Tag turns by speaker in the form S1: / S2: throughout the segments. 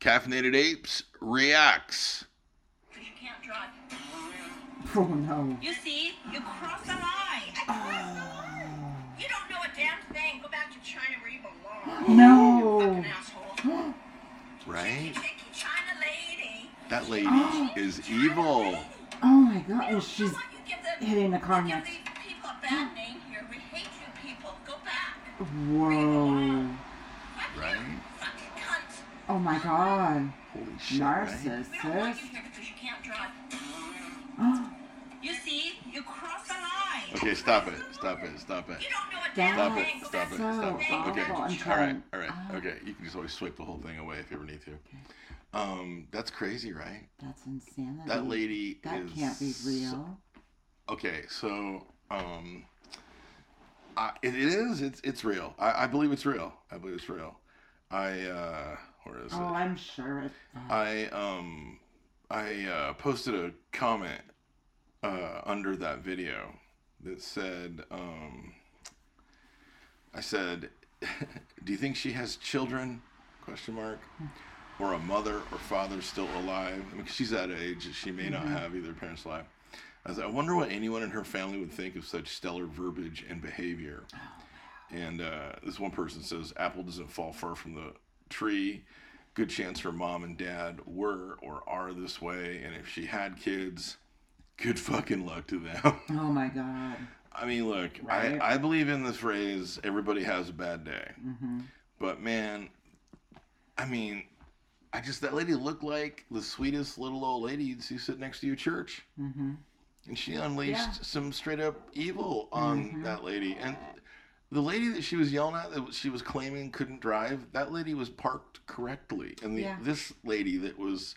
S1: Caffeinated Apes reacts.
S2: But you can't drive.
S3: Oh no.
S2: You see, you crossed the line. I crossed the line. You don't know a damn thing. Go back to China where you belong.
S3: No.
S2: Fucking asshole.
S1: Right?
S2: Cheeky China lady.
S1: That lady is evil.
S3: Oh my god.
S2: You
S3: And she's
S2: know what? You give them-
S3: hitting the car
S2: you give
S3: next.
S2: these people a bad name here. We hate you people. Go back.
S3: whoa.
S2: Fuck you,
S1: Right?
S2: fucking cunt.
S3: Oh my god.
S1: Holy shit. Right?
S2: We don't want you
S3: Narcissist.
S2: here because you can't drive.
S3: Oh,
S2: You see, you crossed the line.
S1: Okay, stop it. Stop it. Stop it.
S2: You don't know a damn
S1: Stop it.
S2: thing. Go
S1: Stop
S2: back
S1: it. Stop
S2: to China.
S1: it. Okay.
S3: awful. I'm
S1: All right.
S3: trying.
S1: All right.
S3: Ah.
S1: Okay. You can just always swipe the whole thing away if you ever need to. Um, that's crazy, right?
S3: that's insanity.
S1: That lady
S3: That
S1: is
S3: can't be real.
S1: Okay, so um, I, it is. It's it's real. I, I believe it's real. I believe it's real. I uh, where is
S3: Oh,
S1: it?
S3: I'm sure it.
S1: I um, I uh, posted a comment uh, under that video that said um, I said, "Do you think she has children?" Question mark. Or a mother or father still alive. I mean, 'cause she's that age; she may not have either parents alive. I, was, I wonder what anyone in her family would think of such stellar verbiage and behavior. And uh, this one person says, Apple doesn't fall far from the tree. Good chance her mom and dad were or are this way. And if she had kids, good fucking luck to them.
S3: Oh my god.
S1: I mean, look,
S3: Right.
S1: I, I believe in the phrase, everybody has a bad day.
S3: Mm-hmm.
S1: But man, I mean, I just, that lady looked like the sweetest little old lady you'd see sit next to you at church
S3: Mm-hmm.
S1: and she unleashed
S3: Yeah.
S1: some straight up evil on
S3: Mhm.
S1: that lady. And the lady that she was yelling at, that she was claiming couldn't drive, that lady was parked correctly. And the,
S3: Yeah.
S1: this lady that was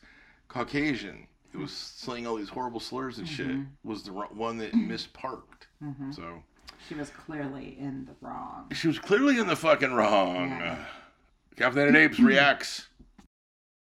S1: Caucasian, who
S3: Hmm.
S1: was saying all these horrible slurs and shit, was the ro- one that misparked.
S3: Mm-hmm.
S1: So
S3: She was clearly in the wrong.
S1: she was clearly in the fucking wrong.
S3: Yeah.
S1: Captain and Apes reacts.